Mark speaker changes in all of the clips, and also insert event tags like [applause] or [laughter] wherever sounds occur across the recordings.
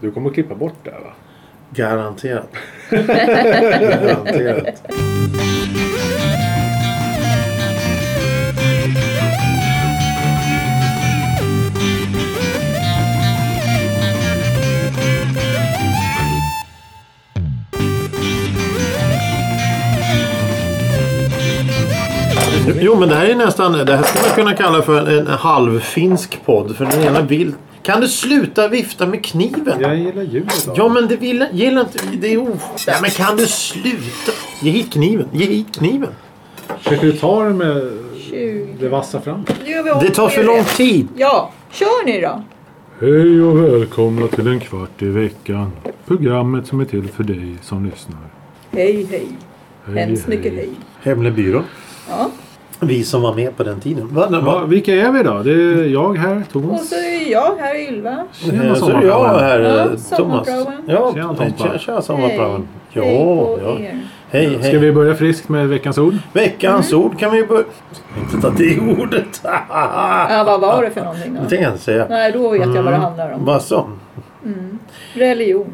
Speaker 1: Du kommer att klippa bort det här, va?
Speaker 2: Garanterat. Garanterat. Jo men det här är nästan, det här skulle man kunna kalla för en halvfinsk podd. För den ena vill... Kan du sluta vifta med kniven?
Speaker 1: Jag gillar ljudet av
Speaker 2: Ja men det vill gillar inte... Det är o... Nej men kan du sluta? Ge hit kniven. Ge hit kniven.
Speaker 1: Försöker du ta det med
Speaker 3: 20.
Speaker 1: det vassa fram?
Speaker 3: Nu gör vi om
Speaker 2: Det tar
Speaker 3: och
Speaker 2: för
Speaker 3: gör
Speaker 2: lång
Speaker 3: det.
Speaker 2: tid.
Speaker 3: Ja, kör ni då.
Speaker 4: Hej och välkomna till en kvart i veckan. Programmet som är till för dig som lyssnar.
Speaker 3: Hej, hej.
Speaker 4: Hej,
Speaker 3: Hemskt mycket hej.
Speaker 2: Hemlig byrå.
Speaker 3: Ja.
Speaker 2: Vi som var med på den tiden. Va, va,
Speaker 4: Ja, vilka är vi då? Det är jag här,
Speaker 3: Och
Speaker 4: Thomas.
Speaker 3: så är jag här Ylva.
Speaker 2: Eh,
Speaker 4: Tjena
Speaker 2: Så är jag
Speaker 4: sommarkamrater.
Speaker 2: här, eh,
Speaker 3: Ja,
Speaker 2: Thomas.
Speaker 3: sommarpraoen.
Speaker 2: Ja,
Speaker 4: Tjena,
Speaker 2: nej,
Speaker 4: Tompa.
Speaker 2: tja, tja sommarpraoen. Ja,
Speaker 3: hej på
Speaker 2: ja.
Speaker 3: er.
Speaker 2: Hej,
Speaker 4: Ska
Speaker 2: hej.
Speaker 4: vi börja friskt med veckans ord?
Speaker 2: Veckans
Speaker 3: Mm.
Speaker 2: ord kan vi börja... Ska Inte ta det ordet. [laughs]
Speaker 3: Ja, vad var det för någonting
Speaker 2: Det
Speaker 3: då?
Speaker 2: tänkte jag inte säga.
Speaker 3: Nej, då vet jag vad det
Speaker 2: Mm.
Speaker 3: handlar om.
Speaker 2: Vad så?
Speaker 3: Religion.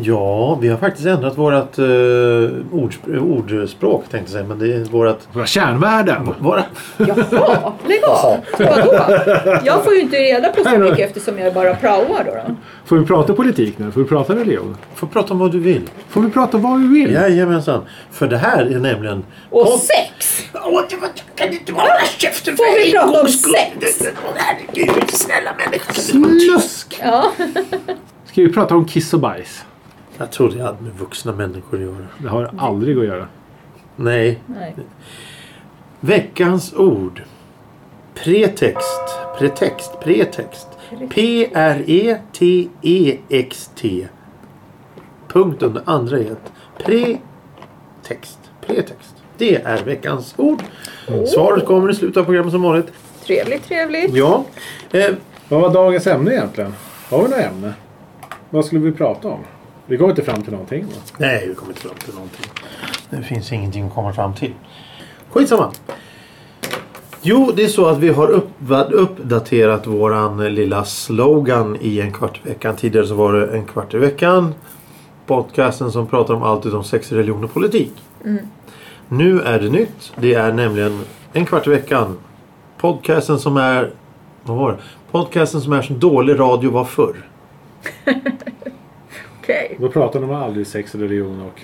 Speaker 2: Ja, vi har faktiskt ändrat vårt eh, ordspr- ordspråk tänkte jag säga. Men det är vårt...
Speaker 4: Våra kärnvärden.
Speaker 2: Våra...
Speaker 3: Jaha, lägg av.
Speaker 2: [laughs]
Speaker 3: Vadå? Jag får ju inte reda på så mycket eftersom jag bara praoar då. då.
Speaker 4: Får vi prata politik nu? Får vi prata religion?
Speaker 2: Får prata om vad du vill.
Speaker 4: Får vi prata vad vi vill?
Speaker 2: Jajamensan. För det här är nämligen...
Speaker 3: Och
Speaker 2: Pod-
Speaker 3: sex! Ah!
Speaker 2: Åh, det var- Kan du inte hålla käften
Speaker 3: Får vi
Speaker 2: en
Speaker 3: prata om
Speaker 2: gångs skull?
Speaker 3: sex?
Speaker 2: Herregud, snälla människa. kan du-
Speaker 4: Snusk!
Speaker 3: Ja.
Speaker 4: Ska vi prata om kiss och bajs?
Speaker 2: Jag tror det hade med vuxna människor att göra.
Speaker 4: Det har aldrig att göra.
Speaker 2: Nej.
Speaker 3: Nej.
Speaker 2: Veckans ord. Pretext. Pretext. E Pretext. P-R-E-T-E-X-T. Punkt under andra e Pretext. Pretext. Det är veckans ord.
Speaker 3: Oh.
Speaker 2: Svaret kommer i slutet av programmet som vanligt.
Speaker 3: Trevligt, trevligt.
Speaker 2: Ja. Eh,
Speaker 1: Vad var dagens ämne egentligen? Har vi något ämne? Vad skulle vi prata om? Vi går inte fram till någonting. Va?
Speaker 2: nej, vi kommer inte fram till någonting. Det finns ingenting att komma fram till. Skitsamma. Jo, det är så att vi har uppvad- uppdaterat våran eh, lilla slogan i en kvart i veckan. Tidigare så var det en kvart i veckan. Podcasten som pratar om allt utom sex, religion och politik. Nu är det nytt. Det är nämligen en kvart i veckan. Podcasten som är... Vad var det? Podcasten som är som dålig radio var förr.
Speaker 3: Okej.
Speaker 1: Då pratar de om aldrig sex, religion och...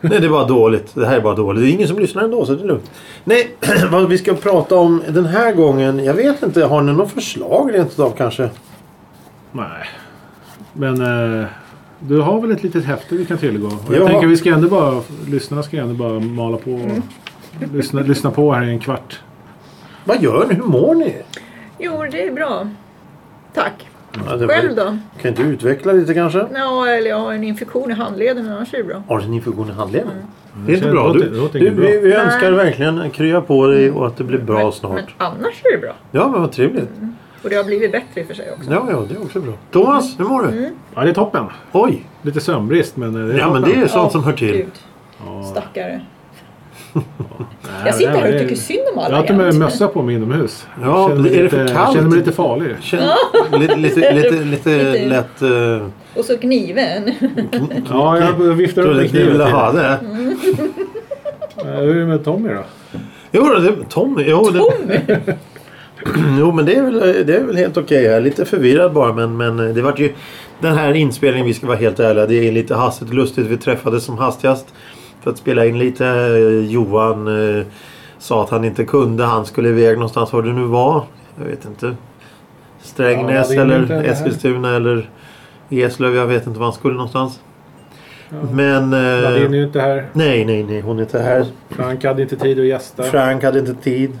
Speaker 2: Nej, det är bara dåligt. Det här är bara dåligt. Det är ingen som lyssnar ändå, så det är lugnt. Nej, [clears throat] vad vi ska prata om den här gången. Jag vet inte. Har ni något förslag rent utav kanske?
Speaker 4: Nej. Men eh, du har väl ett litet häfte vi kan tillgå? Och
Speaker 2: Ja. Mm.
Speaker 4: jag tänker vi ska ändå bara, lyssnarna ska ändå bara mala på. och Lyssna, lyssna på här i en kvart.
Speaker 2: Vad gör ni? Hur mår ni?
Speaker 3: Jo, det är bra. Tack.
Speaker 2: Ja, det var-
Speaker 3: Själv då?
Speaker 2: Kan inte du utveckla lite kanske?
Speaker 3: Ja, eller jag har en infektion i handleden, men annars är det bra.
Speaker 2: Har du en infektion i handleden? Det är inte
Speaker 4: känns-
Speaker 2: bra.
Speaker 4: det
Speaker 2: Du,
Speaker 4: låter- det låter
Speaker 2: du,
Speaker 4: inte bra.
Speaker 2: vi, vi önskar
Speaker 3: Mm. Nej. Mm.
Speaker 2: verkligen krya på dig och att det blir bra
Speaker 3: men,
Speaker 2: snart.
Speaker 3: Men annars är det bra.
Speaker 2: Ja, men vad trevligt.
Speaker 3: Och det har blivit bättre i och för sig också.
Speaker 2: Ja, ja, det är också bra. Thomas, hur mår du?
Speaker 3: Mm.
Speaker 4: Ja, det är toppen.
Speaker 2: Oj!
Speaker 4: Lite sömnbrist, men eh, det är
Speaker 2: Ja, men
Speaker 4: toppen.
Speaker 2: det är sånt
Speaker 3: Ja,
Speaker 2: som hör till.
Speaker 3: Gud. Stackare.
Speaker 4: Nej,
Speaker 3: Jag sitter
Speaker 4: nej,
Speaker 3: här och
Speaker 4: det-
Speaker 3: tycker synd om
Speaker 4: Jag har
Speaker 3: alla
Speaker 4: till och med
Speaker 3: jämt.
Speaker 4: mössa på mig inomhus.
Speaker 2: Ja,
Speaker 4: Känner mig
Speaker 2: är det för
Speaker 4: lite-
Speaker 2: kallt?
Speaker 4: Känner mig lite farlig.
Speaker 2: Känn, lite, lite, lite, lite
Speaker 3: [laughs] Lite-
Speaker 2: lätt... eh,
Speaker 3: Och
Speaker 2: [laughs]
Speaker 3: så kniven.
Speaker 4: Ja, jag viftar upp
Speaker 2: Trodde
Speaker 4: en
Speaker 2: inte ni
Speaker 4: kniv. till.
Speaker 2: ville ha det.
Speaker 4: Eh, Hur är det med Tommy då?
Speaker 2: Jo, då, det, Tommy. Jo, det, [clears throat] jo men det är väl, det är väl helt okej. Jag är lite förvirrad bara. Men, men det vart ju den här inspelningen, vi ska vara helt ärliga. Det är lite hastigt och lustigt. Vi träffades som hastigast för att spela in lite. Eh, Johan eh, sa att han inte kunde. Han skulle iväg någonstans, var det nu var. Jag vet inte. Strängnäs
Speaker 1: Ja, det är inte det
Speaker 2: eller
Speaker 1: här.
Speaker 2: Eskilstuna eller Eslöv. Jag vet inte var han skulle någonstans. Men...
Speaker 1: Nadine är
Speaker 2: Eh,
Speaker 1: ju inte här.
Speaker 2: nej, nej, nej. Hon är inte här.
Speaker 1: Frank hade inte tid att gästa.
Speaker 2: Frank hade inte tid.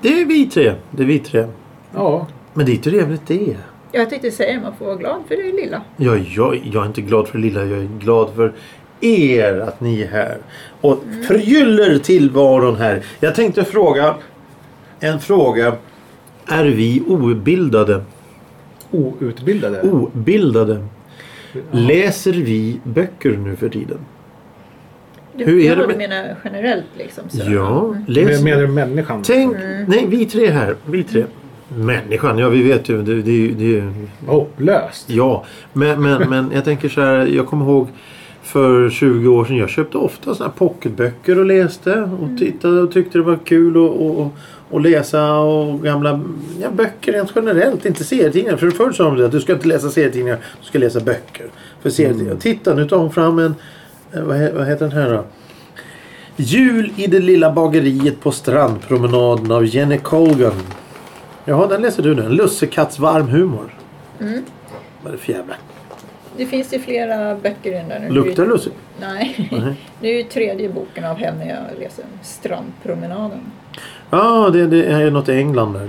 Speaker 2: Det är vi tre. Det är vi tre.
Speaker 1: Ja,
Speaker 2: Men det är trevligt det.
Speaker 3: Jag tänkte säga man får vara glad för det lilla.
Speaker 2: Jag, jag, jag är inte glad för det lilla. Jag är glad för er att ni är här. Och förgyller tillvaron här. Jag tänkte fråga en fråga. Är vi obildade?
Speaker 1: outbildade.
Speaker 2: Oh, Obildade. Läser vi böcker nu för tiden?
Speaker 3: Du,
Speaker 2: Hur är
Speaker 3: jag
Speaker 2: det
Speaker 3: du
Speaker 2: med-
Speaker 3: menar generellt liksom. Så.
Speaker 2: Ja,
Speaker 1: Men,
Speaker 2: läser
Speaker 1: menar du människan?
Speaker 2: Tänk, nej vi tre här, vi tre. Människan, ja vi vet ju. Det, det, är ju- det, är ju-
Speaker 1: Hopplöst.
Speaker 2: ja, men, men, men jag tänker så här. Jag kommer ihåg för 20 år sedan. Jag köpte ofta såna här pocketböcker och läste. Och tittade och tyckte det var kul att och, och, och läsa och gamla ja, böcker rent generellt. Inte serietidningar. För förr sa de det att du ska inte läsa serietidningar. Du ska läsa böcker. För serietidningar. Titta, nu tar hon fram en... eh, Vad, he- vad heter den här då? Jul i det lilla bageriet på strandpromenaden av Jenny Colgan. Jaha, den läser du nu. En lussekatts varm humor. Vad är det för jävla...
Speaker 3: Det finns ju flera böcker i den där nu.
Speaker 2: Luktar lusse?
Speaker 3: Nej. [laughs] Det är ju tredje boken av henne jag läser. Strandpromenaden.
Speaker 2: Ja, det, det är något i England där.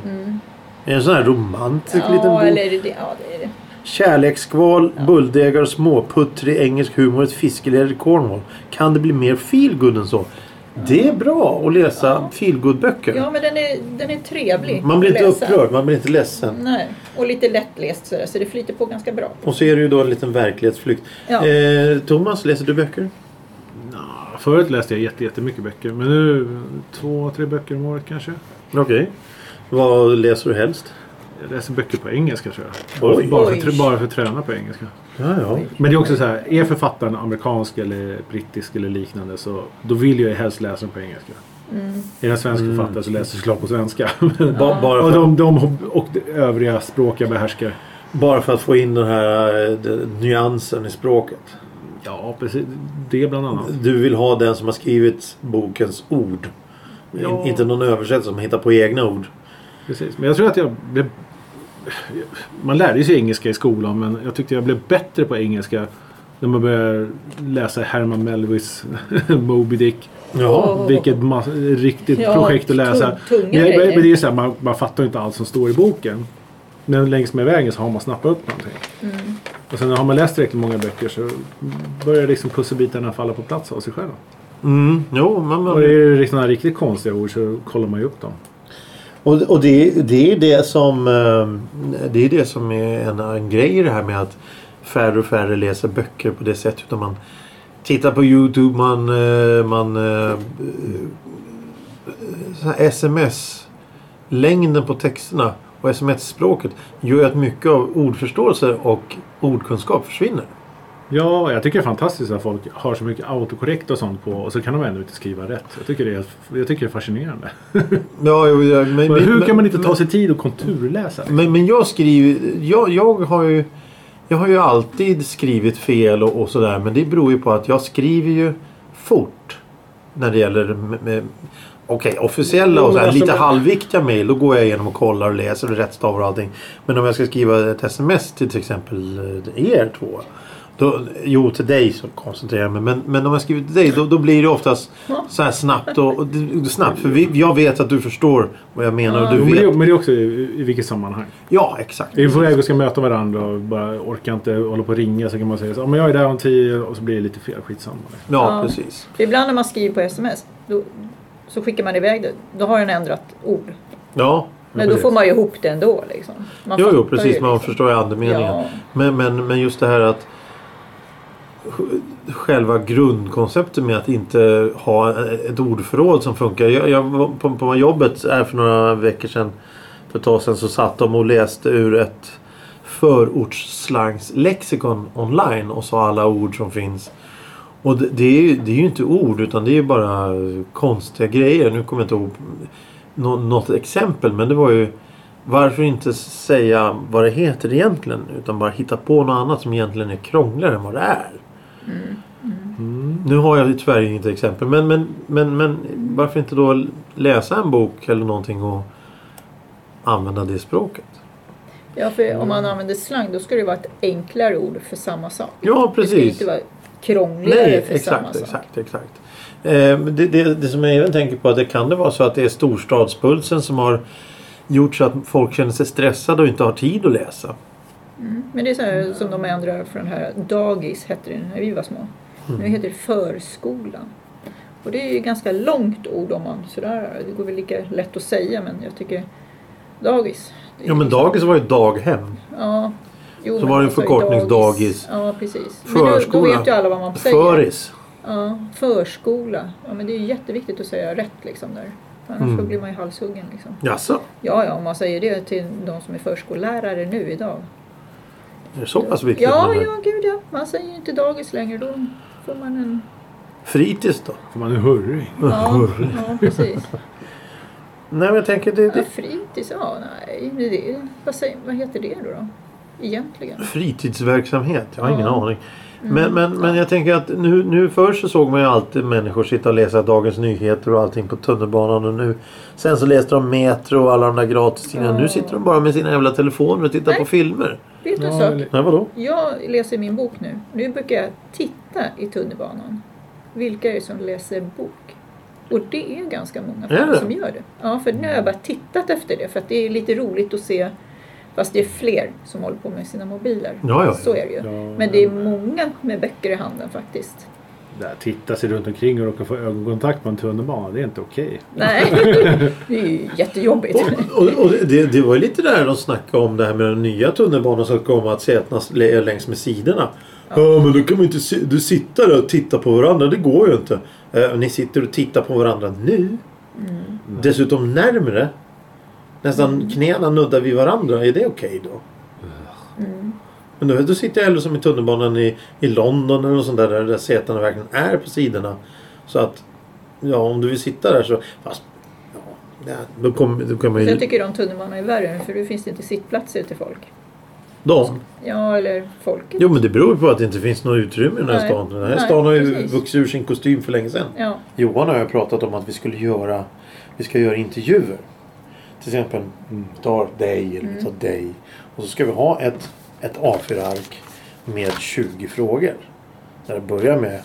Speaker 2: Det är en sån här romantisk liten bok.
Speaker 3: Mm. eller är det, ja, det är det.
Speaker 2: Kärlekskval, bulldegar, småputtrig engelsk humor, ett fiskeläger i Cornwall. Kan det bli mer feelgood än så? Det är bra att läsa feelgood-böcker.
Speaker 3: Ja, men den är, den är trevlig
Speaker 2: man blir
Speaker 3: att
Speaker 2: inte
Speaker 3: läsa. Mm.
Speaker 2: upprörd, man blir inte ledsen.
Speaker 3: Nej, och lite lättläst sådär, så det flyter på ganska bra.
Speaker 2: Och så är det ju då en liten verklighetsflykt.
Speaker 3: Ja.
Speaker 2: Eh, Thomas, läser du böcker?
Speaker 4: Förut läste jag jätte- jättemycket böcker. Men nu två, tre böcker om året kanske.
Speaker 2: Okej. Vad läser du helst?
Speaker 4: Jag läser böcker på engelska tror jag.
Speaker 2: Oj.
Speaker 4: Bara, för,
Speaker 3: Oj.
Speaker 4: bara för att träna på engelska.
Speaker 2: Ja, ja.
Speaker 4: Men det är också så här, är författaren amerikansk eller brittisk eller liknande så då vill jag ju helst läsa den på engelska. Är den svensk
Speaker 2: Mm.
Speaker 4: författare så läser jag såklart på svenska.
Speaker 2: Ba-
Speaker 4: [laughs]
Speaker 2: bara,
Speaker 4: och,
Speaker 2: för,
Speaker 4: de, de, och det övriga språk jag behärskar.
Speaker 2: bara för att få in den här eh, den, nyansen i språket.
Speaker 4: Ja, precis. Det bland annat.
Speaker 2: Du vill ha den som har skrivit bokens ord.
Speaker 4: Ja.
Speaker 2: In, inte någon översättare som hittar på egna ord.
Speaker 4: Precis. Men jag tror att jag blev... Man lärde sig engelska i skolan men jag tyckte jag blev bättre på engelska när man började läsa Herman Melvilles [laughs] Moby Dick.
Speaker 2: Ja.
Speaker 3: Åh.
Speaker 4: Vilket ma- riktigt
Speaker 3: Ja,
Speaker 4: projekt att läsa.
Speaker 3: tung- tunga
Speaker 4: men, jag, men
Speaker 3: grejer.
Speaker 4: det är ju så här, man, man fattar ju inte allt som står i boken. Men längs med vägen så har man snappat upp någonting.
Speaker 3: Mm.
Speaker 4: Och sen har man läst tillräckligt många böcker så börjar liksom pusselbitarna falla på plats av sig själva.
Speaker 2: Mm, jo, men,
Speaker 4: Och är
Speaker 2: men,
Speaker 4: det sådana här riktigt konstiga ord så kollar man ju upp dem.
Speaker 2: och, och det, det är det som eh, det är det som är en, en grej i det här med att färre och färre läser böcker på det sättet. Utan man tittar på Youtube, man, eh, man eh, eh, så här sms längden på texterna och sms-språket gör ju att mycket av ordförståelse och ordkunskap försvinner.
Speaker 4: Ja, jag tycker det är fantastiskt att folk har så mycket autokorrekt och sånt på och så kan de ändå inte skriva rätt. Jag tycker det är, jag tycker det är fascinerande.
Speaker 2: Ja, jo, ja, men,
Speaker 4: Men
Speaker 2: men-
Speaker 4: hur kan man inte
Speaker 2: men-
Speaker 4: ta sig tid och konturläsa?
Speaker 2: Men, men jag skriver... Jag, jag, har ju, jag har ju alltid skrivit fel och, och sådär. Men det beror ju på att jag skriver ju fort. När det gäller... m- m- Okej, officiella och
Speaker 4: Jo,
Speaker 2: så här,
Speaker 4: alltså,
Speaker 2: lite
Speaker 4: men-
Speaker 2: halvviktiga mejl. Då går jag igenom och kollar och läser och rättstavar och allting. Men om jag ska skriva ett sms till till exempel eh, er två. Då, jo, till dig så koncentrerar jag mig. Men, men om jag skriver till dig då, då blir det oftast så här snabbt. Och, och, det- snabbt för vi, jag vet att du förstår vad jag menar. Och
Speaker 4: Jo, men,
Speaker 2: du
Speaker 4: det,
Speaker 2: vet.
Speaker 4: men det är också i, i vilket sammanhang.
Speaker 2: Ja, exakt.
Speaker 4: Vi är på väg och ska möta varandra och bara orkar inte hålla på och ringa så kan man säga så, "Ja, men jag är där om tio och så blir det lite fel. Skitsamma.
Speaker 2: Ja,
Speaker 3: Ja.
Speaker 2: precis.
Speaker 3: För ibland när man skriver på sms då, så skickar man iväg det. Då har den ändrat ord.
Speaker 2: Ja,
Speaker 3: Men då
Speaker 4: precis.
Speaker 3: får man ju ihop det ändå. Liksom. Man
Speaker 2: jo, jo
Speaker 3: fattar ju
Speaker 2: precis. Man
Speaker 3: liksom.
Speaker 2: förstår ju andemeningen.
Speaker 3: Ja.
Speaker 2: Men, men, men just det här att sj- själva grundkonceptet med att inte ha ett ordförråd som funkar. Jag, jag var på, på jobbet här för några veckor sedan för ett tag sedan så satt de och läste ur ett förortslangslexikon online och sa alla ord som finns. Och det, det, är ju, det är ju inte ord utan det är ju bara konstiga grejer. Nu kommer jag inte ihåg nå, något exempel men det var ju varför inte säga vad det heter egentligen utan bara hitta på något annat som egentligen är krångligare än vad det är. Mm. Nu har jag ju tyvärr inget exempel men, men, men, men varför inte då läsa en bok eller någonting och använda det språket?
Speaker 3: Ja, för om man använder slang då ska det vara ett enklare ord för samma sak.
Speaker 2: Ja
Speaker 3: Det ska
Speaker 2: precis.
Speaker 3: inte vara krångligare
Speaker 2: Nej,
Speaker 3: för samma
Speaker 2: exakt,
Speaker 3: sak.
Speaker 2: exakt, exakt. Eh, men det, det, det som jag även tänker på är att det kan det vara så att det är storstadspulsen som har gjort så att folk känner sig stressade och inte har tid att läsa.
Speaker 3: Mm. Men det är så här som de ändrar från den här dagis hette det när vi
Speaker 2: Mm.
Speaker 3: var små. Nu heter det förskolan. Och det är ju ganska långt ord om man sådär. Det går väl lika lätt att säga men jag tycker dagis. det är
Speaker 2: Ja men
Speaker 3: liksom-
Speaker 2: dagis var ju daghem.
Speaker 3: Ja. Jo,
Speaker 2: Så
Speaker 3: men
Speaker 2: var det en
Speaker 3: alltså
Speaker 2: förkortning dagis.
Speaker 3: Ja precis. Men
Speaker 2: Förskola.
Speaker 3: då, då vet ju alla vad man säger.
Speaker 2: Föris.
Speaker 3: Ja, förskola. Ja men det är ju jätteviktigt att säga rätt liksom där. Annars
Speaker 2: Mm.
Speaker 3: så blir man ju halshuggen. Liksom.
Speaker 2: Jaså?
Speaker 3: Ja, ja, om man säger det till de som är förskollärare nu idag.
Speaker 2: Är det så pass viktigt?
Speaker 3: Ja,
Speaker 2: med det?
Speaker 3: ja, gud ja. Man säger ju inte dagis längre. Då får
Speaker 2: [laughs]
Speaker 3: man en...
Speaker 2: Fritids då?
Speaker 4: För man är hurrig.
Speaker 3: Ja, ja precis.
Speaker 2: Nej, men jag tänker det,
Speaker 3: Ja,
Speaker 2: det,
Speaker 3: fritids, ja, nej. det- Det, vad, säger, vad heter det då? då? Egentligen.
Speaker 2: fritidsverksamhet. Jag har ingen
Speaker 3: Ja. Mm.
Speaker 2: aning. Men, men, men jag tänker att nu, nu förr så såg man ju alltid människor sitta och läsa Dagens Nyheter och allting på tunnelbanan. Och nu, sen så läste de Metro och alla de där gratistidningarna.
Speaker 3: Ja.
Speaker 2: Nu sitter de bara med sina jävla telefoner och tittar
Speaker 3: Nej.
Speaker 2: på filmer.
Speaker 3: Vet du en
Speaker 4: Ja,
Speaker 3: sak?
Speaker 4: eller-
Speaker 2: Nej, vadå?
Speaker 3: Jag läser min bok nu. Nu brukar jag titta i tunnelbanan. Vilka är det som läser bok? Och det är ganska många
Speaker 2: Är det?
Speaker 3: som gör det. Ja, för nu har jag bara tittat efter det. För att det är lite roligt att se. Fast det är fler som håller på med sina mobiler.
Speaker 2: Ja, ja,
Speaker 3: Så är det ju.
Speaker 4: Ja,
Speaker 3: Men det är många med böcker i handen faktiskt.
Speaker 4: Där titta sig runt omkring och råka få ögonkontakt på en tunnelbana. Det är inte okej.
Speaker 2: [laughs]
Speaker 3: Nej, det är ju jättejobbigt.
Speaker 2: Och, och det, det var ju lite där de snackade om det här med den nya tunnelbanan som ska komma att sätena är längs med sidorna. Ja. men då kan man inte si- du sitta där och titta på varandra. Det går ju inte. Eh, ni sitter och tittar på varandra nu.
Speaker 3: Mm.
Speaker 2: Mm. Dessutom närmre. Nästan knäna nuddar vid varandra. Är det okej då?
Speaker 3: Mm.
Speaker 2: Men då, då sitter jag hellre som i tunnelbanan i, i London eller något sånt där, där, där sätena verkligen är på sidorna. Så att ja, om du vill sitta där så... Fast, ja, nej, då kommer då kommer
Speaker 3: Jag
Speaker 2: ju...
Speaker 3: tycker de tunnelbanan är värre. För nu finns det inte sittplatser till folk.
Speaker 2: De.
Speaker 3: Ja, eller folket.
Speaker 2: Jo men det beror ju på att det inte finns något utrymme i den här
Speaker 3: Nej.
Speaker 2: stan. Den här
Speaker 3: Nej,
Speaker 2: stan har ju
Speaker 3: precis.
Speaker 2: vuxit ur sin kostym för länge sedan.
Speaker 3: Ja.
Speaker 2: Johan och jag har pratat om att vi skulle göra, vi ska göra intervjuer. Till exempel, vi tar dig eller vi
Speaker 3: Mm.
Speaker 2: tar dig. Och så ska vi ha ett, ett A4-ark med 20 frågor. Där det börjar med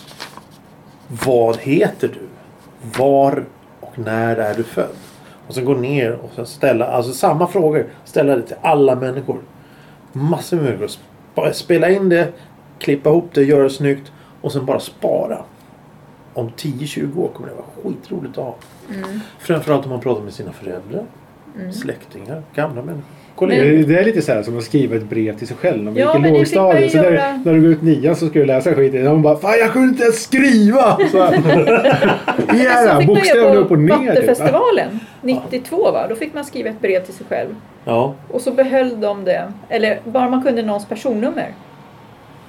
Speaker 2: Vad heter du? Var och när är du född? Och sen gå ner och sen ställa, alltså samma frågor, ställa det till alla människor. Massor med människor. Sp- Spela in det, klippa ihop det, göra det snyggt och sen bara spara om 10-20 år kommer det vara skitroligt att ha.
Speaker 3: Mm.
Speaker 2: Framförallt om man pratar med sina föräldrar, släktingar, gamla människor. kollegor.
Speaker 4: Det, det är lite så här som att skriva ett brev till sig själv när man
Speaker 3: Ja,
Speaker 4: gick i
Speaker 3: men det fick man
Speaker 4: lågstadiet.
Speaker 3: ju
Speaker 4: Så när,
Speaker 3: göra.
Speaker 4: när du går ut nian så ska du läsa skiten. Och man bara Fan jag kunde inte ens skriva! Så
Speaker 3: [laughs]
Speaker 4: här.
Speaker 3: Så
Speaker 4: Jävlar,
Speaker 3: alltså, fick man göra
Speaker 4: bokstäverna upp
Speaker 3: på
Speaker 4: och ner. Typ.
Speaker 3: Vattenfestivalen 92 va? Då fick man skriva ett brev till sig själv.
Speaker 2: Ja,
Speaker 3: Och så behöll de det. Eller bara man kunde någons personnummer.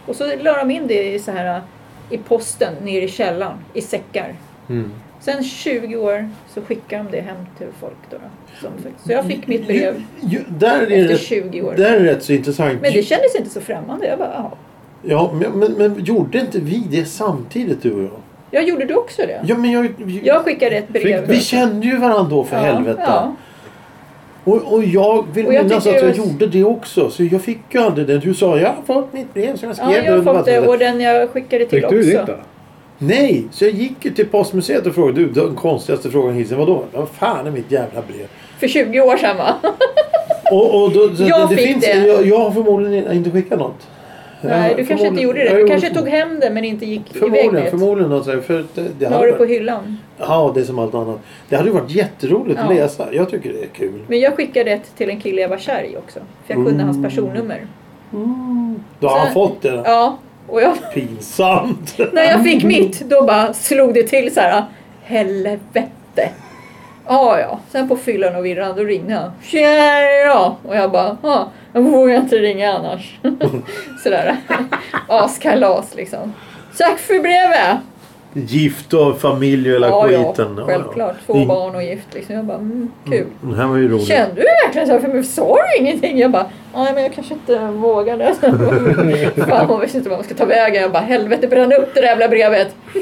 Speaker 3: Och så la de in det i så här i posten nere i källaren i säckar.
Speaker 2: Mm.
Speaker 3: Sen 20 år så skickade de det hem till folk då. då som fick. Så jag fick mitt brev
Speaker 2: ju, där, är
Speaker 3: efter
Speaker 2: rätt,
Speaker 3: 20 år.
Speaker 2: där är rätt så intressant.
Speaker 3: Men det kändes inte så främmande. Jag bara, jaha.
Speaker 2: ja, men, men, men gjorde inte vi det samtidigt du och jag?
Speaker 3: Jag gjorde du också det?
Speaker 2: Ja, men jag, vi-
Speaker 3: Jag skickade ett brev.
Speaker 2: vi kände ju varandra då för helvete.
Speaker 3: Ja,
Speaker 2: Och, och jag vill
Speaker 3: Och jag
Speaker 2: minnas
Speaker 3: tycker
Speaker 2: att jag
Speaker 3: det var-
Speaker 2: gjorde det också. Så jag fick ju aldrig det. Du sa jag har fått mitt brev som jag skrev
Speaker 3: ja. ja, jag har
Speaker 2: under
Speaker 3: fått det.
Speaker 2: vattnet."
Speaker 3: Och den jag skickade till
Speaker 4: Fick
Speaker 3: också.
Speaker 4: du ditt då?
Speaker 2: Nej, så jag gick ju till postmuseet och frågade. Du, den konstigaste frågan hittills. Vadå? Vad fan är mitt jävla brev?
Speaker 3: För 20 år sedan va?
Speaker 2: Och, och då, det,
Speaker 3: Jag
Speaker 2: det
Speaker 3: fick
Speaker 2: finns,
Speaker 3: det.
Speaker 2: Jag, jag har förmodligen inte skickat något.
Speaker 3: Nej, du
Speaker 2: Eh,
Speaker 3: kanske inte
Speaker 2: förmodligen-
Speaker 3: gjorde det.
Speaker 2: jag
Speaker 3: Du
Speaker 2: gjorde
Speaker 3: kanske
Speaker 2: förmo-
Speaker 3: tog hem det men inte gick iväg
Speaker 2: Förmodligen,
Speaker 3: med det.
Speaker 2: förmodligen. Alltså, för att det, det
Speaker 3: La
Speaker 2: hade
Speaker 3: det på
Speaker 2: varit,
Speaker 3: hyllan.
Speaker 2: ja, det är som allt annat. Det hade ju varit jätteroligt att
Speaker 3: Ja.
Speaker 2: läsa. Jag tycker det är kul.
Speaker 3: Men jag skickade ett till en kille jag var kär i också. För jag kunde
Speaker 2: Mm.
Speaker 3: hans personnummer.
Speaker 2: Då har han
Speaker 3: Så-
Speaker 2: fått det.
Speaker 3: Ja,
Speaker 2: [laughs]
Speaker 3: och jag,
Speaker 2: Pinsamt.
Speaker 3: när jag fick mitt då bara slog det till så här. "Ah, Helvete. Ja, ja. Sen på fyllan och virran då ringde han. Tjena! Och jag bara, ja, jag vågar inte ringa annars. [laughs] Sådär. [laughs] Askalas liksom. Tack för brevet!
Speaker 2: [laughs] Gift och familj och hela skiten. Ja, ja.
Speaker 3: självklart. Två
Speaker 2: Det-
Speaker 3: barn och gift liksom. Jag bara, mm, kul.
Speaker 2: Det här var ju roligt.
Speaker 3: Kände du verkligen så här för mig? Sa du ingenting? Jag bara, nej men jag kanske inte
Speaker 2: [laughs]
Speaker 3: vågade. Fan hon visste inte vad man ska ta vägen. Jag bara, helvete bränn upp det där jävla brevet. [laughs]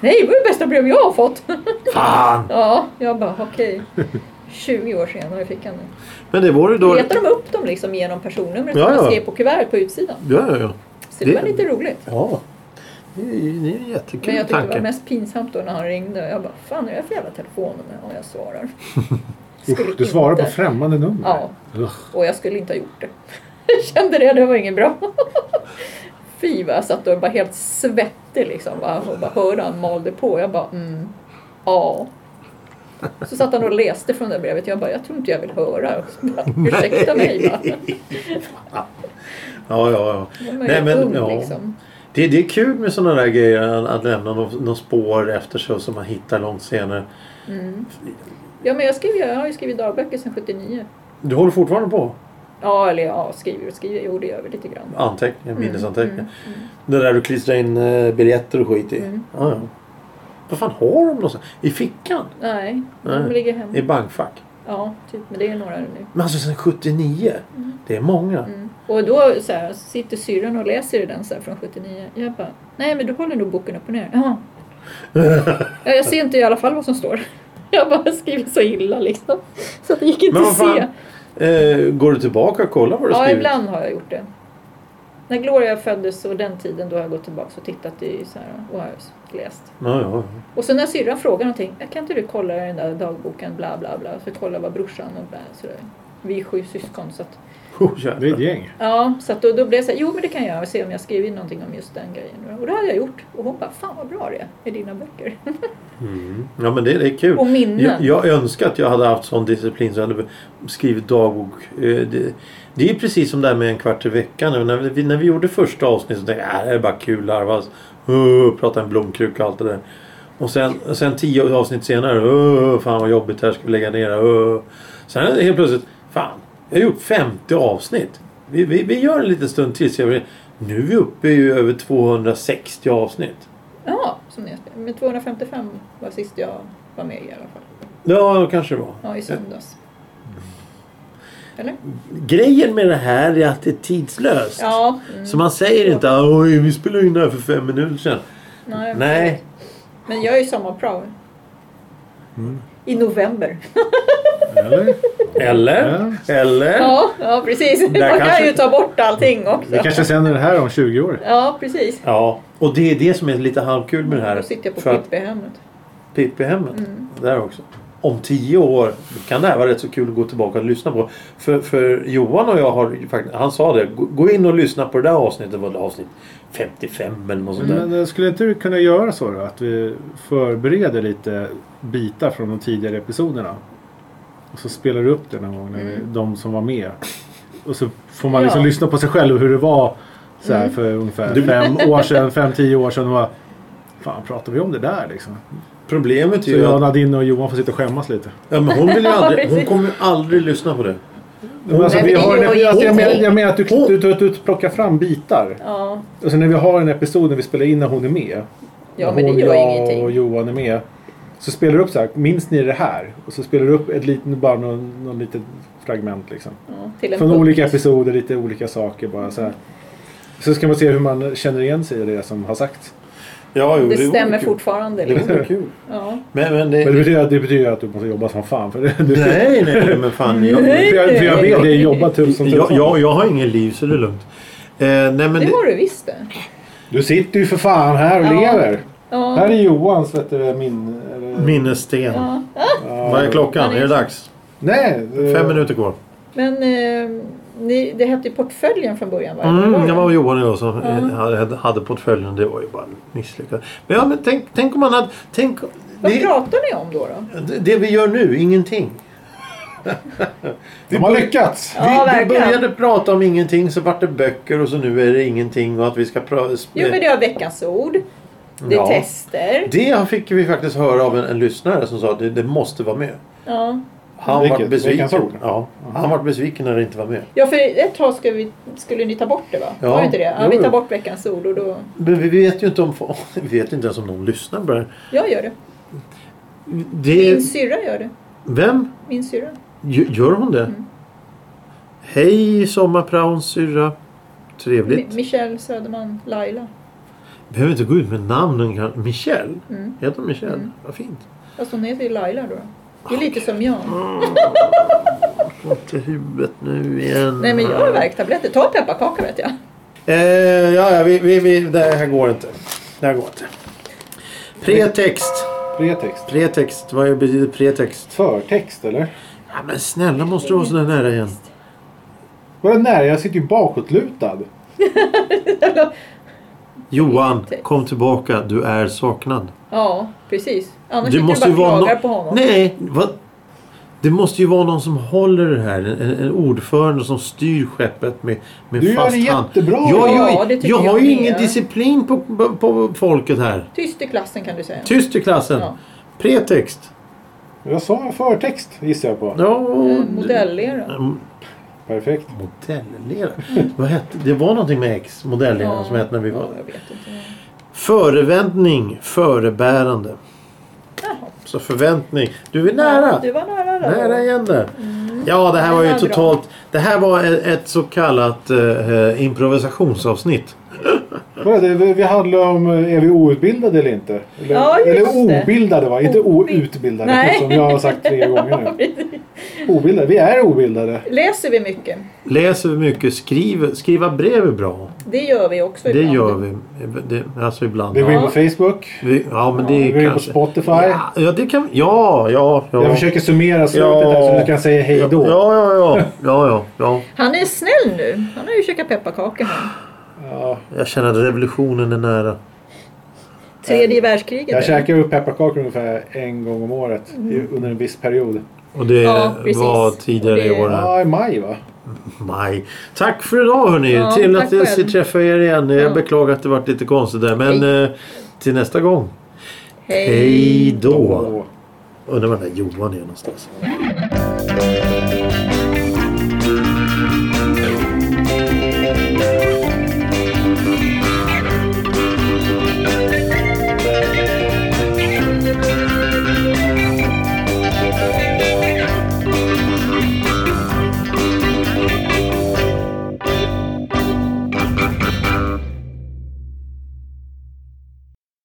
Speaker 3: nej det var det bästa brev jag har fått.
Speaker 2: Fan!
Speaker 3: ja, jag bara
Speaker 2: [laughs]
Speaker 3: okej. 20 år senare fick han det.
Speaker 2: Men det var ju då...
Speaker 3: Letar de upp dem liksom genom personnumret
Speaker 2: Ja,
Speaker 3: som
Speaker 2: ja.
Speaker 3: man skrev på kuvertet på utsidan.
Speaker 2: Ja, ja, ja.
Speaker 3: Så det,
Speaker 2: Det-
Speaker 3: var lite roligt.
Speaker 2: Ja. Det är ju det är en jättekul
Speaker 3: Men jag tyckte
Speaker 2: tanke.
Speaker 3: det var mest pinsamt då när han ringde. Jag bara, fan är det här för jävla telefonnummer? Och
Speaker 2: [laughs]
Speaker 3: jag svarar. Skulle
Speaker 4: Usch, du svarar på
Speaker 3: inte-
Speaker 4: främmande nummer.
Speaker 3: Ja.
Speaker 4: Ugh.
Speaker 3: Och jag skulle inte ha gjort det. [laughs] Jag kände det, det var
Speaker 2: [laughs]
Speaker 3: inget bra. Fy vad jag satt och var helt svettig liksom. Bara, och bara hörde han malde på. Jag bara, mm, ja. Så satt han och läste från det där brevet. Jag bara, jag tror inte jag vill höra.
Speaker 2: [laughs]
Speaker 3: Och så Bara, Ursäkta mig va.
Speaker 2: Ja, ja, ja.
Speaker 3: Då var man ju
Speaker 2: Nej, men,
Speaker 3: ung,
Speaker 2: ja.
Speaker 3: liksom.
Speaker 2: Det, det är kul med sådana där grejer. Att lämna någon, någon spår efter sig som man hittar långt senare.
Speaker 3: Ja, men jag, skriver, jag har ju skrivit dagböcker sedan 79.
Speaker 1: Du håller fortfarande på?
Speaker 3: Ja, eller ja, skriver och skriver. Jo, det gör vi lite grann.
Speaker 2: Anteckningar,
Speaker 3: Mm,
Speaker 2: minnesanteckningar. Det där du klistrar in eh, biljetter och skit i.
Speaker 3: Mm.
Speaker 2: Ja, ja. Vad fan har de någonstans? I fickan?
Speaker 3: Nej,
Speaker 2: Nej.
Speaker 3: de ligger hemma.
Speaker 2: I bankfack?
Speaker 3: Ja, typ. Men det är några nu.
Speaker 2: Men alltså sen 79? Det är många.
Speaker 3: Mm. Och då så här, sitter syrran och läser i den så här, från 79. Jag bara, nej men du håller nog boken upp och ner.
Speaker 2: [laughs]
Speaker 3: Jaha. ja, jag ser inte i alla fall vad som står. [laughs] Jag bara skriver så illa liksom. Så att det gick inte
Speaker 2: Men vad
Speaker 3: att se.
Speaker 2: fan? Eh, går du tillbaka och kollar vad du
Speaker 3: Ja,
Speaker 2: skrivit?
Speaker 3: ibland har jag gjort det. När Gloria föddes och den tiden då har jag gått tillbaka och tittat i så här, och har läst.
Speaker 2: Ja, ja.
Speaker 3: Och så när syrran frågar någonting. "Ja, Kan inte du kolla i den där dagboken? Bla bla bla. Så kolla vad brorsan och bla. Så där. Vi är sju syskon så att
Speaker 2: Oh,
Speaker 4: Det är ett
Speaker 2: jävlar.
Speaker 4: gäng.
Speaker 3: Ja, så att då, då blev jag så här, jo men det kan jag göra, se om jag skriver in någonting om just den grejen. Och det hade jag gjort. Och hon bara, fan vad bra det är i dina böcker.
Speaker 2: Mm. ja, men det, det är kul.
Speaker 3: Och minnen.
Speaker 2: Jag, jag önskar att jag hade haft sån disciplin så jag hade skrivit dagbok. Eh, Det, det är precis som det här med en kvart i veckan. nu. När vi, när vi gjorde första avsnittet så tänkte jag "Äh, det är bara kul larvas. Uh, prata en blomkruka och allt det där. Och sen, och sen tio avsnitt senare. Uh, fan vad jobbigt det här ska vi lägga ner. Uh. Sen helt plötsligt. Fan, jag har gjort 50 avsnitt. Vi, vi, vi gör en liten stund till. Så jag, nu är vi uppe i över 260 avsnitt.
Speaker 3: Ja, som ni Men 255 var sist jag var med i alla fall.
Speaker 2: Ja, kanske det var.
Speaker 3: Ja, i söndags. Eller?
Speaker 2: Grejen med det här är att det är tidslöst.
Speaker 3: Ja. Mm.
Speaker 2: Så man säger inte oj vi spelade in det här för fem minuter sedan.
Speaker 3: Nej.
Speaker 2: Nej.
Speaker 3: Men jag är ju sommarprao. I november.
Speaker 4: Eller?
Speaker 2: Eller? Eller?
Speaker 3: Ja, ja precis. [laughs] Man kan
Speaker 2: kanske-
Speaker 3: ju ta bort allting också.
Speaker 4: Vi kanske sänder det här om 20 år.
Speaker 3: Ja, precis.
Speaker 2: Ja. Och det är det som är lite halvkul med det här.
Speaker 3: Då sitter jag på
Speaker 2: för
Speaker 3: Mm.
Speaker 2: att
Speaker 3: Pippi-hemmet.
Speaker 2: Pippi-hemmet. Där också. Om tio år kan det här vara rätt så kul att gå tillbaka och lyssna på. För, för Johan och jag har ju faktiskt, han sa det, gå- gå in och lyssna på det där avsnittet. Det var avsnitt 55 eller något sånt där.
Speaker 4: Men eh, skulle inte du kunna göra så då? Att vi förbereder lite bitar från de tidigare episoderna. Och så spelar du upp det någon gång, när vi, de som var med. Och så får man liksom
Speaker 3: Ja.
Speaker 4: lyssna på sig själv hur det var så här, för ungefär fem år sedan, fem, tio år sedan. Och bara, Fan, pratar vi om det där liksom?
Speaker 2: Problemet är
Speaker 3: Typ.
Speaker 4: Så
Speaker 2: ju
Speaker 4: jag,
Speaker 2: att
Speaker 4: Nadine och Johan får sitta och skämmas lite.
Speaker 2: ja, men hon, vill ju
Speaker 3: [laughs] Ja,
Speaker 2: aldrig, hon
Speaker 3: precis.
Speaker 2: kommer ju aldrig lyssna på det.
Speaker 4: Men alltså,
Speaker 3: Mm. Nej,
Speaker 4: vi
Speaker 3: men
Speaker 4: har,
Speaker 3: det är ju-
Speaker 4: alltså, jag, menar,
Speaker 3: det är-
Speaker 4: jag menar att du, du, du, du plockar fram bitar.
Speaker 3: Ja.
Speaker 4: Och sen när vi har en episod när vi spelar in när hon är med.
Speaker 3: ja,
Speaker 4: när
Speaker 3: men det
Speaker 4: hon,
Speaker 3: gör
Speaker 4: jag
Speaker 3: ingenting.
Speaker 4: och Johan är med. Så spelar du upp så här, minns ni det här? Och så spelar du upp ett litet, bara någon, någon litet fragment liksom.
Speaker 3: Ja, till en
Speaker 4: Från
Speaker 3: punkt.
Speaker 4: olika episoder, lite olika saker bara så här. Så ska man se hur man känner igen sig i det som har sagts.
Speaker 2: Ja, jo,
Speaker 3: Det
Speaker 2: vore
Speaker 3: stämmer
Speaker 2: kul.
Speaker 3: fortfarande.
Speaker 2: Det
Speaker 3: Liksom.
Speaker 2: vore kul.
Speaker 3: Ja.
Speaker 2: Men, men
Speaker 4: Men det
Speaker 2: det...
Speaker 4: betyder, det betyder att du måste jobba som fan för det. Du,
Speaker 2: Nej, nej, nej, men fan. Jag,
Speaker 4: För jag, för jag vet, det är jobba tusen tusen.
Speaker 2: jag, jag, jag har ingen liv så det är lugnt. Eh, nej, men
Speaker 3: Det
Speaker 2: det,
Speaker 3: har du visst det.
Speaker 4: Du sitter ju för fan här och
Speaker 3: Ja.
Speaker 4: lever. Här
Speaker 3: Ja.
Speaker 4: är Johans vet du, min... Eller,
Speaker 2: minnessten.
Speaker 3: ja.
Speaker 4: ja.
Speaker 2: Vad är klockan?
Speaker 3: Ja, det
Speaker 2: Är
Speaker 3: är-
Speaker 2: det dags?
Speaker 4: Nej. eh, det-
Speaker 2: Fem minuter kvar.
Speaker 3: Men eh, ni, det hette ju Portföljen från början va? Eller
Speaker 2: Mm,
Speaker 3: det?
Speaker 2: det var Johan och jag som eh, hade, hade portföljen. Det var ju bara misslyckat. Men, ja, men tänk, tänk om man hade... Tänk,
Speaker 3: Vad
Speaker 2: det,
Speaker 3: pratar ni om då? då?
Speaker 2: det- det vi gör nu, ingenting.
Speaker 4: De har lyckats.
Speaker 2: Vi,
Speaker 3: Ja,
Speaker 2: vi
Speaker 3: verkligen.
Speaker 2: började prata om ingenting, så vart det böcker och så nu är det ingenting och att vi ska prata...
Speaker 3: Jo men det var veckans ord. Det är
Speaker 2: Ja.
Speaker 3: tester.
Speaker 2: Det fick vi faktiskt höra av en, en lyssnare som sa att det, det måste vara med.
Speaker 3: Ja.
Speaker 2: Han
Speaker 4: Vilket?
Speaker 2: var besviken.
Speaker 4: Veckans ord?
Speaker 2: Ja, han var besviken när det inte var med.
Speaker 3: ja för ett tag skulle, vi, skulle ni ta bort det va?
Speaker 2: Ja.
Speaker 3: Var det inte det? Ja,
Speaker 2: Jo,
Speaker 3: vi
Speaker 2: jo.
Speaker 3: tar bort veckans ord och då...
Speaker 2: Men vi vet ju inte om vi vet inte ens om någon lyssnar på det här.
Speaker 3: Jag gör det.
Speaker 2: det
Speaker 3: Min syrra gör det.
Speaker 2: Vem?
Speaker 3: Min syrra.
Speaker 2: Gö- Gör hon det?
Speaker 3: Mm.
Speaker 2: Hej sommarpraons syrra.
Speaker 3: Mi-
Speaker 2: Trevligt.
Speaker 3: Michelle Söderman Laila.
Speaker 2: Behöver inte gå ut med namnen. kan- Michelle?
Speaker 3: Mm.
Speaker 2: Heter hon Michelle? Vad fint.
Speaker 3: Fast Alltså, hon heter ju Laila då. Det är
Speaker 2: Ah,
Speaker 3: lite som jag.
Speaker 2: Mm. Få inte huvudet nu igen.
Speaker 3: Nej men jag har värktabletter. Ta pepparkaka vet jag.
Speaker 2: Eh, ja, ja vi, vi, vi, det här går inte. Det här går inte. Pretext.
Speaker 4: Pretext.
Speaker 2: Pretext. Vad betyder pretext?
Speaker 4: Förtext eller?
Speaker 2: Ja, men snälla måste du vara så där nära igen?
Speaker 4: Vadå nära? Jag sitter ju bakåtlutad.
Speaker 2: Johan, kom tillbaka. Du är saknad.
Speaker 3: [laughs] Ja, precis. Annars
Speaker 2: Du
Speaker 3: sitter du bara och klagar
Speaker 2: nå-
Speaker 3: på honom.
Speaker 2: Nej, vad? Det måste ju vara någon som håller det här. En, en- en ordförande som styr skeppet med, med
Speaker 4: Du gör
Speaker 2: fast
Speaker 4: det
Speaker 2: hand.
Speaker 4: jättebra.
Speaker 2: Jag, jag,
Speaker 3: Ja, det
Speaker 2: jag,
Speaker 3: tycker jag
Speaker 2: har ju
Speaker 3: med.
Speaker 2: ingen disciplin på, på, på folket här.
Speaker 3: Tyst i klassen kan du säga.
Speaker 2: Tyst i klassen.
Speaker 3: Ja.
Speaker 2: Pretext.
Speaker 4: Jag sa en förtext gissar jag på.
Speaker 2: Ja,
Speaker 3: Eh,
Speaker 2: och-
Speaker 3: Modellera.
Speaker 2: Mm,
Speaker 4: Perfekt.
Speaker 2: Modellera? Vad hette det? var någonting med X. Modellera som hette när vi var...
Speaker 3: Ja, jag vet inte.
Speaker 2: Förevändning, förebärande.
Speaker 3: Jaha.
Speaker 2: Så förväntning. Du är nära!
Speaker 3: Du var nära där.
Speaker 2: Nära igen där. Ja, det här
Speaker 3: Det
Speaker 2: var ju
Speaker 3: var bra.
Speaker 2: totalt... Det här var ett, ett så kallat eh, improvisationsavsnitt.
Speaker 4: Vadå, det- Vi vi handlar om eh, är vi outbildade eller inte? Eller,
Speaker 3: Ja, just
Speaker 4: eller
Speaker 3: det.
Speaker 4: obildade va? Inte
Speaker 3: Obild-
Speaker 4: outbildade
Speaker 3: Nej.
Speaker 4: som jag har
Speaker 3: [laughs]
Speaker 4: sagt tre gånger nu. Obildade. Vi är obildade.
Speaker 3: Läser vi mycket?
Speaker 2: Läser vi mycket, skriver, skriva brev är bra.
Speaker 3: Det gör vi också
Speaker 2: Det
Speaker 3: ibland.
Speaker 2: gör vi. Det, alltså ibland.
Speaker 4: Vi går in
Speaker 2: Ja,
Speaker 4: på Facebook.
Speaker 2: vi, ja men det
Speaker 4: vi går
Speaker 2: är
Speaker 4: in på
Speaker 2: kanske...
Speaker 4: Spotify.
Speaker 2: Ja, ja, det kan Ja, ja, ja.
Speaker 4: Jag försöker summera slutet
Speaker 2: Ja.
Speaker 4: här så du kan säga hej då.
Speaker 2: Ja, ja, ja. ja, ja, ja.
Speaker 3: Han är snäll nu. Han har ju käkat pepparkakor nu.
Speaker 4: Ja,
Speaker 2: Jag känner att revolutionen är nära.
Speaker 3: Tredje världskriget.
Speaker 4: jag
Speaker 3: eller?
Speaker 4: käkar upp pepparkakor ungefär en gång om året
Speaker 3: Mm.
Speaker 4: i- under en viss period.
Speaker 2: Och det
Speaker 3: Ja, precis.
Speaker 2: var tidigare i
Speaker 3: Det-
Speaker 2: år. här.
Speaker 4: Ja, i maj va?
Speaker 2: Maj. Tack för idag hörni.
Speaker 3: Ja,
Speaker 2: Till
Speaker 3: tack
Speaker 2: att jag
Speaker 3: själv.
Speaker 2: träffa er igen. Jag
Speaker 3: Ja.
Speaker 2: beklagar att det varit lite konstigt där. Men eh, till nästa gång. Hej
Speaker 3: Hej.
Speaker 2: då. Undrar var den där Johan är någonstans.